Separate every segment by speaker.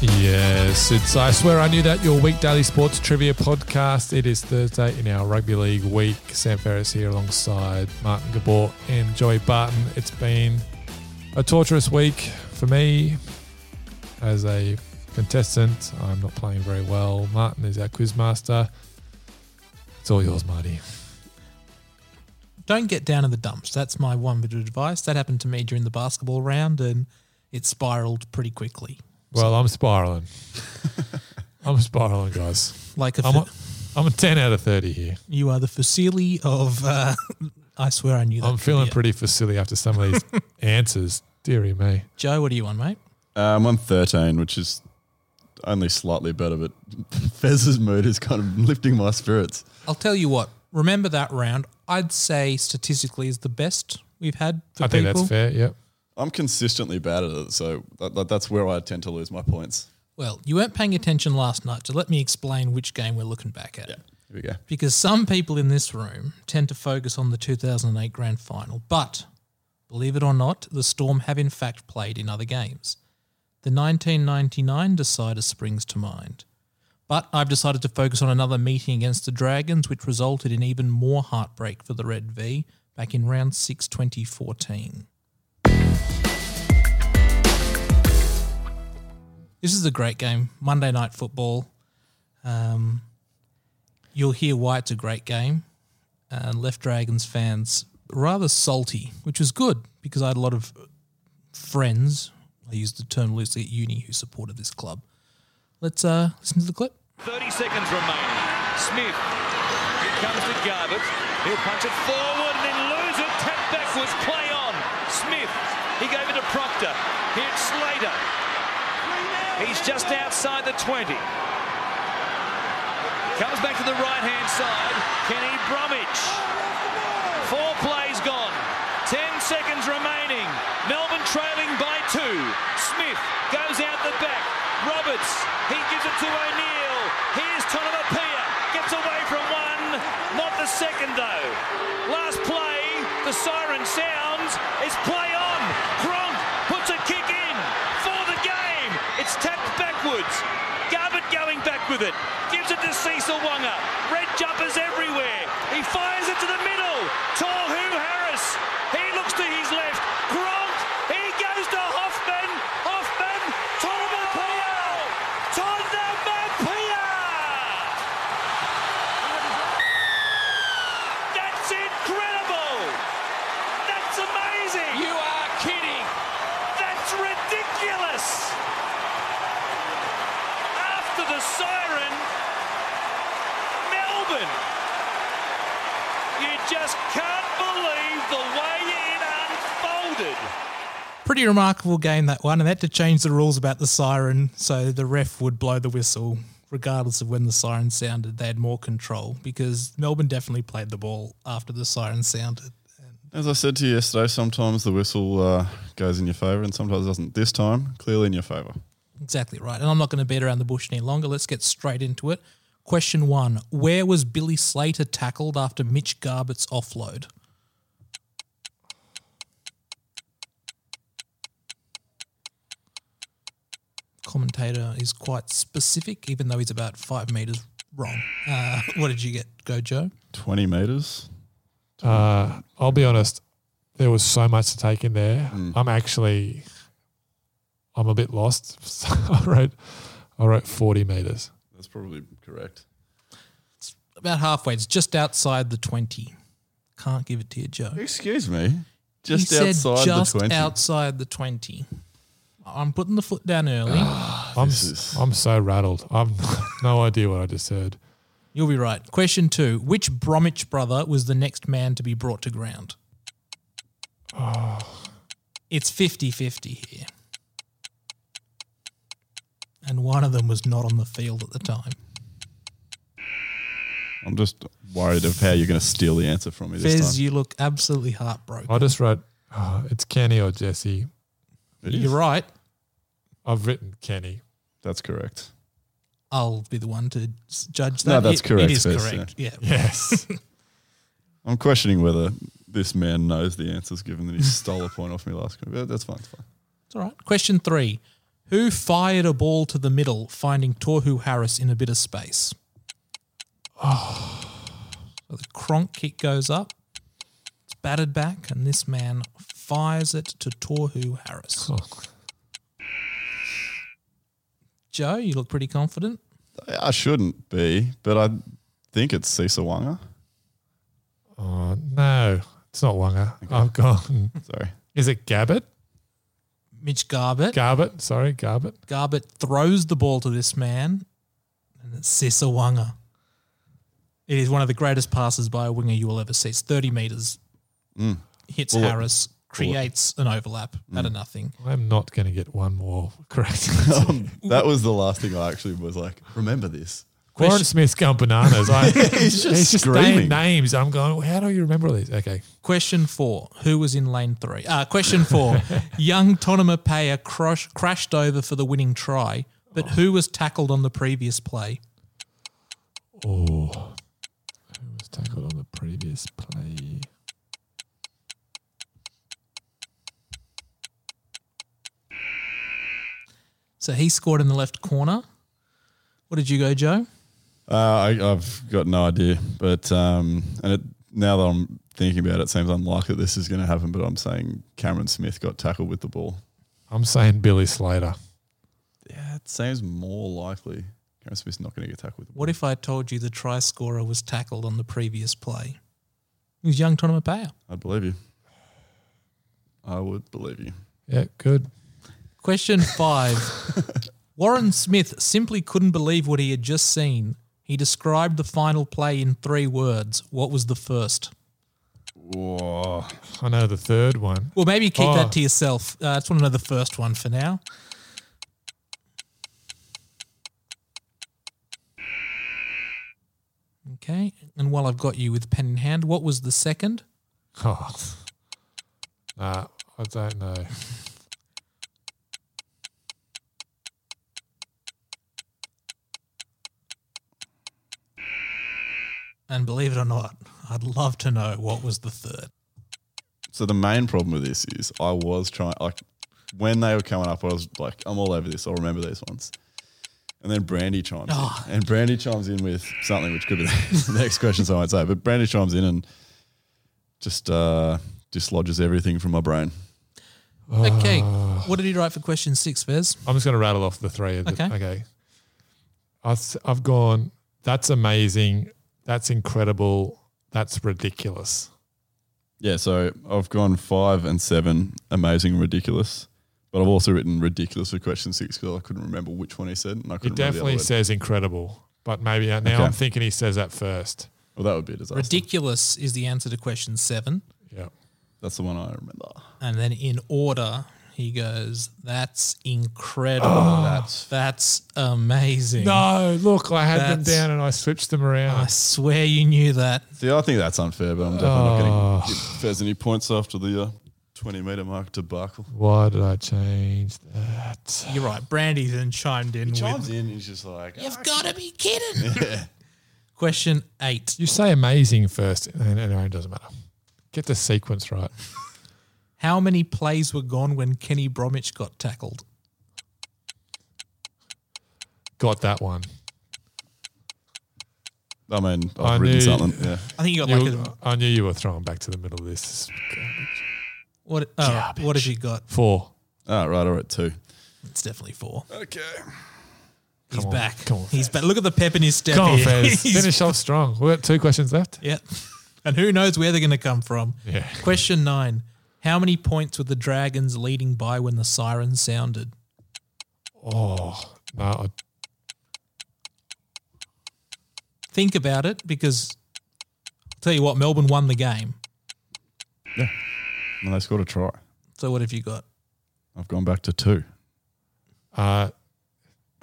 Speaker 1: Yes, it's I swear I knew that your week daily sports trivia podcast. It is Thursday in our rugby league week. Sam Ferris here alongside Martin Gabor and Joey Barton. It's been a torturous week for me as a contestant. I'm not playing very well. Martin is our quizmaster. It's all yours, Marty.
Speaker 2: don't get down in the dumps. That's my one bit of advice. That happened to me during the basketball round and it spiraled pretty quickly.
Speaker 1: Well, I'm spiraling. I'm spiraling, guys.
Speaker 2: Like if
Speaker 1: I'm a, I'm a 10 out of 30 here.
Speaker 2: you are the facile of, uh, I swear I knew that.
Speaker 1: I'm feeling
Speaker 2: trivia.
Speaker 1: pretty facility after some of these answers. Deary me.
Speaker 2: Joe, what are you on, mate?
Speaker 3: Um, I'm 13, which is only slightly better, but Fez's mood is kind of lifting my spirits.
Speaker 2: I'll tell you what. Remember that round? I'd say statistically is the best we've had. For
Speaker 1: I think
Speaker 2: people.
Speaker 1: that's fair. Yep.
Speaker 3: I'm consistently bad at it, so that, that, that's where I tend to lose my points.
Speaker 2: Well, you weren't paying attention last night, so let me explain which game we're looking back at.
Speaker 3: Yeah, here we go.
Speaker 2: because some people in this room tend to focus on the 2008 grand final. But believe it or not, the Storm have in fact played in other games. The 1999 decider springs to mind. But I've decided to focus on another meeting against the Dragons, which resulted in even more heartbreak for the Red V back in round 6 2014. This is a great game, Monday Night Football. Um, you'll hear why it's a great game. And left Dragons fans rather salty, which was good because I had a lot of friends. I use the term loosely at uni who supported this club. Let's uh, listen to the clip.
Speaker 4: 30 seconds remaining. Smith. Here comes to Garbutt. He'll punch it forward and then lose it. Tap backwards. Play on. Smith. He gave it to Proctor. Here's Slater. He's just outside the 20. Comes back to the right hand side. Kenny Bromwich. Four plays gone. 10 seconds remaining. Melbourne trailing by two. Smith goes out the back. Roberts, he gives it to O'Neill. Here's Tonopapia. Gets away from one. Not the second though. Last play, the siren sounds. It's play on. Gronk puts a kick in for the game. It's tapped backwards. Garbutt going back with it. Gives it to Cecil Wonga. Red jumpers everywhere. He fires it to the middle. Tall Who Harris. He looks to his left. Gronk. He goes to Hoffman. Hoffman. Tonamapia. Tonamapia. That's incredible. That's amazing. You are kidding. That's ridiculous after the siren, Melbourne. You just can't believe the way it unfolded.
Speaker 2: Pretty remarkable game that one, and they had to change the rules about the siren so the ref would blow the whistle regardless of when the siren sounded. They had more control because Melbourne definitely played the ball after the siren sounded.
Speaker 3: As I said to you yesterday, sometimes the whistle uh, goes in your favour and sometimes it doesn't. This time, clearly in your favour.
Speaker 2: Exactly right. And I'm not going to beat around the bush any longer. Let's get straight into it. Question one Where was Billy Slater tackled after Mitch Garbutt's offload? Commentator is quite specific, even though he's about five meters wrong. Uh, what did you get, Go Joe?
Speaker 3: 20 metres?
Speaker 1: Uh, I'll be honest. There was so much to take in there.
Speaker 3: Mm.
Speaker 1: I'm actually, I'm a bit lost. So I wrote, I wrote 40 meters.
Speaker 3: That's probably correct.
Speaker 2: About halfway. It's just outside the 20. Can't give it to you, Joe.
Speaker 3: Excuse me. Just
Speaker 2: he
Speaker 3: outside
Speaker 2: said just
Speaker 3: the 20.
Speaker 2: outside the 20. I'm putting the foot down early.
Speaker 1: I'm,
Speaker 3: This is-
Speaker 1: I'm so rattled. I've no idea what I just heard.
Speaker 2: You'll be right. Question two Which Bromwich brother was the next man to be brought to ground? It's 50 50 here. And one of them was not on the field at the time.
Speaker 3: I'm just worried of how you're going to steal the answer from me this
Speaker 2: Fez,
Speaker 3: time.
Speaker 2: you look absolutely heartbroken.
Speaker 1: I just wrote, oh, it's Kenny or Jesse.
Speaker 3: It is.
Speaker 2: You're right.
Speaker 1: I've written Kenny.
Speaker 3: That's correct.
Speaker 2: I'll be the one to s- judge
Speaker 3: No,
Speaker 2: that.
Speaker 3: that's
Speaker 2: It-
Speaker 3: correct,
Speaker 2: It is
Speaker 3: Fez,
Speaker 2: correct. Yeah.
Speaker 1: Yes.
Speaker 3: I'm questioning whether this man knows the answers given that he stole a point off me last week. But that's fine. It's fine.
Speaker 2: It's all right. Question three Who fired a ball to the middle, finding Torhu Harris in a bit of space? Oh. The cronk kick goes up. It's batted back, and this man fires it to Torhu Harris.
Speaker 1: Oh,
Speaker 2: Joe, you look pretty confident.
Speaker 3: I shouldn't be, but I think it's Sisawanga.
Speaker 1: oh, no, it's not Wanga. I've gone.
Speaker 3: Sorry.
Speaker 1: Is it Gabbett?
Speaker 2: Mitch Garbutt.
Speaker 1: Garbett, sorry, Garbett.
Speaker 2: Garbutt throws the ball to this man, and it's Sisawanga. It is one of the greatest passes by a winger you will ever see. It's 30 metres, hits
Speaker 3: Mm. Bullet. Mm.
Speaker 2: Harris, creates an overlap out of nothing.
Speaker 1: I'm not going to get one more correct.
Speaker 3: Um, that was the last thing I actually was like, remember this.
Speaker 1: Warren Smith's gone bananas. I,
Speaker 3: He's just
Speaker 1: saying
Speaker 3: screaming.
Speaker 1: names. I'm going, how do you remember all these? Okay.
Speaker 2: Question four Who was in lane three? Uh, question four Young Tonema Paya crush, crashed over for the winning try, but who was tackled on the previous play?
Speaker 1: Oh, who was tackled on the previous play?
Speaker 2: So he scored in the left corner. What did you go, Joe?
Speaker 3: Uh, I, I've got no idea, but um, and it, now that I'm thinking about it, it seems unlikely this is going to happen. But I'm saying Cameron Smith got tackled with the ball.
Speaker 1: I'm saying Billy Slater.
Speaker 3: Yeah, it seems more likely. Cameron Smith's not going to get tackled with the ball.
Speaker 2: What if I told you the try scorer was tackled on the previous play? It was young Tonema Paya.
Speaker 3: I'd believe you. I would believe you.
Speaker 1: Yeah, good.
Speaker 2: Question five. Warren Smith simply couldn't believe what he had just seen. He described the final play in three words. What was the first?
Speaker 3: Whoa.
Speaker 1: I know the third one.
Speaker 2: Well, maybe keep
Speaker 1: Oh.
Speaker 2: that to yourself. Uh, I just want to know the first one for now. Okay. And while I've got you with pen in hand, what was the second?
Speaker 1: Oh. Nah, I don't know.
Speaker 2: And believe it or not, I'd love to know what was the third.
Speaker 3: So the main problem with this is I was trying like when they were coming up, I was like, I'm all over this. I'll remember these ones. And then Brandy chimes
Speaker 2: Oh.
Speaker 3: in, and Brandy chimes in with something which could be the next question, so I might say. But Brandy chimes in and just uh, dislodges everything from my brain.
Speaker 2: Okay. What did he write for question six, Vez?
Speaker 1: I'm just going to rattle off the three. Of the,
Speaker 2: Okay.
Speaker 1: okay. I've, I've gone, that's amazing. That's incredible. That's ridiculous.
Speaker 3: Yeah, so I've gone five and seven, amazing, ridiculous. But I've also written ridiculous for question six because I couldn't remember which one he said, and I
Speaker 1: He
Speaker 3: couldn't remember the
Speaker 1: definitely
Speaker 3: other word.
Speaker 1: says incredible, but maybe uh, now
Speaker 3: Okay.
Speaker 1: I'm thinking he says that first.
Speaker 3: Well, that would be a disaster.
Speaker 2: Ridiculous is the answer to question seven.
Speaker 1: Yeah.
Speaker 3: That's the one I remember.
Speaker 2: And then in order, he goes, That's incredible.
Speaker 3: That's
Speaker 2: That's amazing.
Speaker 1: No, look, I had them
Speaker 2: That's-
Speaker 1: down and I switched them
Speaker 2: I
Speaker 1: around.
Speaker 2: swear you knew that.
Speaker 3: See, I think that's unfair, but I'm definitely
Speaker 1: Oh.
Speaker 3: not going to give Fez any points after the uh, 20 meter mark debacle.
Speaker 1: Why did I change that?
Speaker 2: You're right. Brandy then chimed in with,
Speaker 3: Chimes in, he's just like,
Speaker 2: You've got to be kidding. Question eight.
Speaker 1: You say amazing first. and Anyway, it doesn't matter. Get the sequence right.
Speaker 2: How many plays were gone when Kenny Bromwich got tackled?
Speaker 1: Got that one.
Speaker 3: I mean, I've
Speaker 1: I
Speaker 3: written
Speaker 1: knew-
Speaker 3: something. Yeah.
Speaker 2: I think you got
Speaker 1: You-
Speaker 2: like a.
Speaker 1: I knew you were throwing back to the middle of this. Garbage.
Speaker 2: What, all right, what have you got?
Speaker 1: Four.
Speaker 3: All Ah, right, all right, two.
Speaker 2: It's definitely four.
Speaker 3: Okay.
Speaker 2: He's
Speaker 1: on,
Speaker 2: back.
Speaker 1: come on,
Speaker 2: He's back. Look at the pep in his step.
Speaker 1: Come on,
Speaker 2: here.
Speaker 1: Fez.
Speaker 2: He's-
Speaker 1: Finish off strong. We've got two questions left.
Speaker 2: Yep. And who knows where they're going to come from?
Speaker 1: Yeah.
Speaker 2: Question nine: How many points were the Dragons leading by when the siren sounded?
Speaker 1: Oh, no. I,
Speaker 2: Think about it, because I'll tell you what, Melbourne won the game.
Speaker 3: Yeah. And they scored a try.
Speaker 2: So what have you got?
Speaker 3: I've gone back to two.
Speaker 1: uh,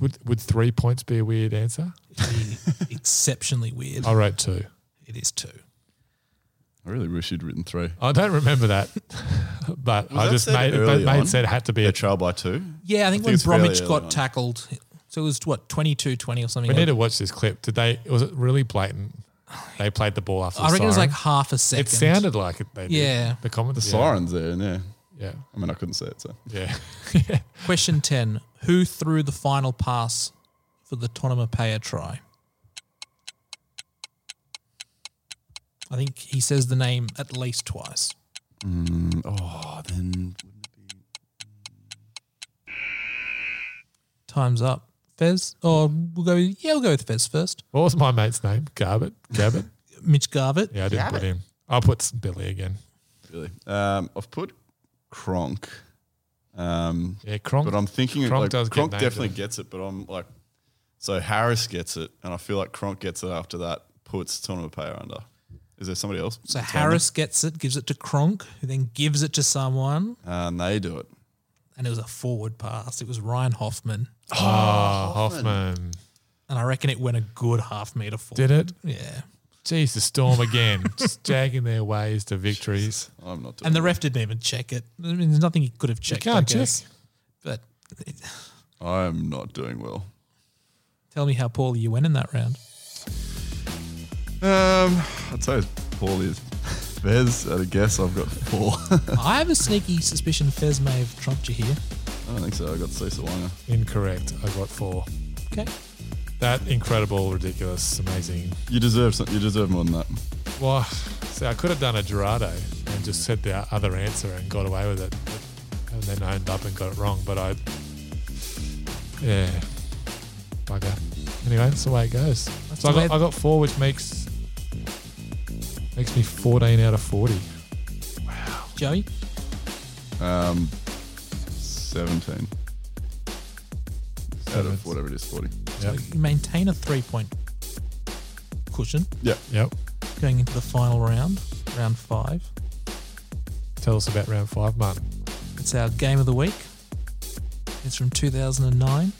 Speaker 1: would, would three points be a weird answer?
Speaker 2: Exceptionally weird.
Speaker 1: I wrote two.
Speaker 2: It is two.
Speaker 3: I really wish you'd written three.
Speaker 1: I don't remember that, but I
Speaker 3: that
Speaker 1: just
Speaker 3: said
Speaker 1: made,
Speaker 3: early
Speaker 1: made
Speaker 3: on?
Speaker 1: said it had to be a
Speaker 3: A trial by two?
Speaker 2: Yeah, I think
Speaker 3: think
Speaker 2: when
Speaker 3: it's fairly
Speaker 2: Bromwich
Speaker 3: early
Speaker 2: got
Speaker 3: on.
Speaker 2: tackled, so it was what 22-20 or something.
Speaker 1: We need to watch this clip. Did they? Was it really blatant? They played the ball after.
Speaker 2: I reckon
Speaker 1: the
Speaker 2: it was like
Speaker 1: siren.
Speaker 2: half a second.
Speaker 1: It sounded like it. They did.
Speaker 2: Yeah.
Speaker 1: The comment.
Speaker 3: The siren's there, and yeah.
Speaker 1: Yeah.
Speaker 3: I mean, I couldn't say it, so.
Speaker 1: Yeah.
Speaker 2: Question 10 Who threw the final pass for the Tonomapea try? I think he says the name at least twice.
Speaker 3: Oh, then
Speaker 2: Time's up. Fez? Or we'll go, yeah, we'll go with Fez first.
Speaker 1: What was my mate's name? Garbett? Gabbett?
Speaker 2: Mitch Garbutt.
Speaker 1: Yeah, I didn't put him. I'll put Billy again.
Speaker 3: really, um, I've put Kronk. Um,
Speaker 1: Yeah, Kronk.
Speaker 3: But I'm thinking
Speaker 1: Kronk
Speaker 3: Kronk, like,
Speaker 1: does get
Speaker 3: Kronk
Speaker 1: named,
Speaker 3: definitely
Speaker 1: doesn't
Speaker 3: gets it, but I'm like, so Harris gets it, and I feel like Kronk gets it after that, puts Tonopaya under. Is there somebody else?
Speaker 2: So Harris gets it, gives it to Kronk, who then gives it to someone.
Speaker 3: Uh, and they do it.
Speaker 2: And it was a forward pass. It was Ryan Hoffman.
Speaker 1: Oh, Hoffman.
Speaker 2: And I reckon it went a good half metre forward.
Speaker 1: Did it?
Speaker 2: Yeah.
Speaker 1: Jeez, the storm again. Just jagging their ways to victories.
Speaker 3: I'm not doing
Speaker 2: And the ref didn't even check it. I mean, there's nothing he could have checked.
Speaker 1: can't
Speaker 2: I guess.
Speaker 1: check.
Speaker 2: But
Speaker 3: I'm not doing well.
Speaker 2: tell me how poorly you went in that round.
Speaker 3: Um, I'd say Paul is. Bez, at a guess, I've got four. I
Speaker 2: I have a sneaky suspicion Fez may have trumped you here.
Speaker 3: don't think so. I got Cecil Wanga.
Speaker 1: Incorrect. I got four.
Speaker 2: Okay.
Speaker 1: That incredible, ridiculous, amazing.
Speaker 3: You deserve some, you deserve more than that.
Speaker 1: Well, see, I could have done a Dorado and just said the other answer and got away with it. But- And then I ended up and got it wrong. But I, yeah, bugger. Anyway, that's the way it goes.
Speaker 2: That's
Speaker 1: so I
Speaker 2: the way
Speaker 1: got, I got four, which makes makes me 14 out of 40.
Speaker 2: Joey?
Speaker 3: Um, 17. Out of whatever it is, 40.
Speaker 1: Yep.
Speaker 2: You maintain a three point cushion
Speaker 3: Yeah.
Speaker 1: Yep.
Speaker 2: going into the final round, round five.
Speaker 1: Tell us about round five, Martin.
Speaker 2: It's our game of the week. It's from 2009.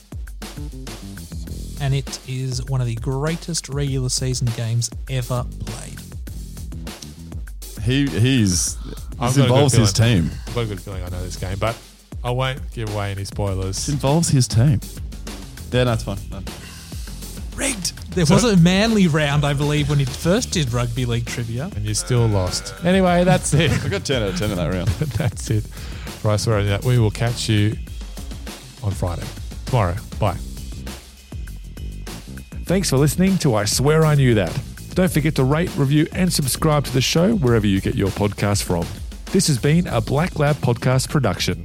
Speaker 2: And it is one of the greatest regular season games ever played.
Speaker 3: He, he's.
Speaker 1: I've
Speaker 3: This
Speaker 1: got a good
Speaker 3: involves his
Speaker 1: feeling.
Speaker 3: team.
Speaker 1: I've got a good feeling I know this game, but I won't give away any spoilers.
Speaker 3: involves his team. Yeah, that's fine. No.
Speaker 2: Rigged! There was a manly round, I believe, when he first did rugby league trivia.
Speaker 1: And you still lost. Anyway, that's it.
Speaker 3: I got 10 out of 10 in that round.
Speaker 1: that's it. Right, so we're on that. We will catch you on Friday. Tomorrow. Bye. Thanks for listening to I Swear I Knew That. Don't forget to rate, review, and subscribe to the show wherever you get your podcast from. This has been a Black Lab Podcast production.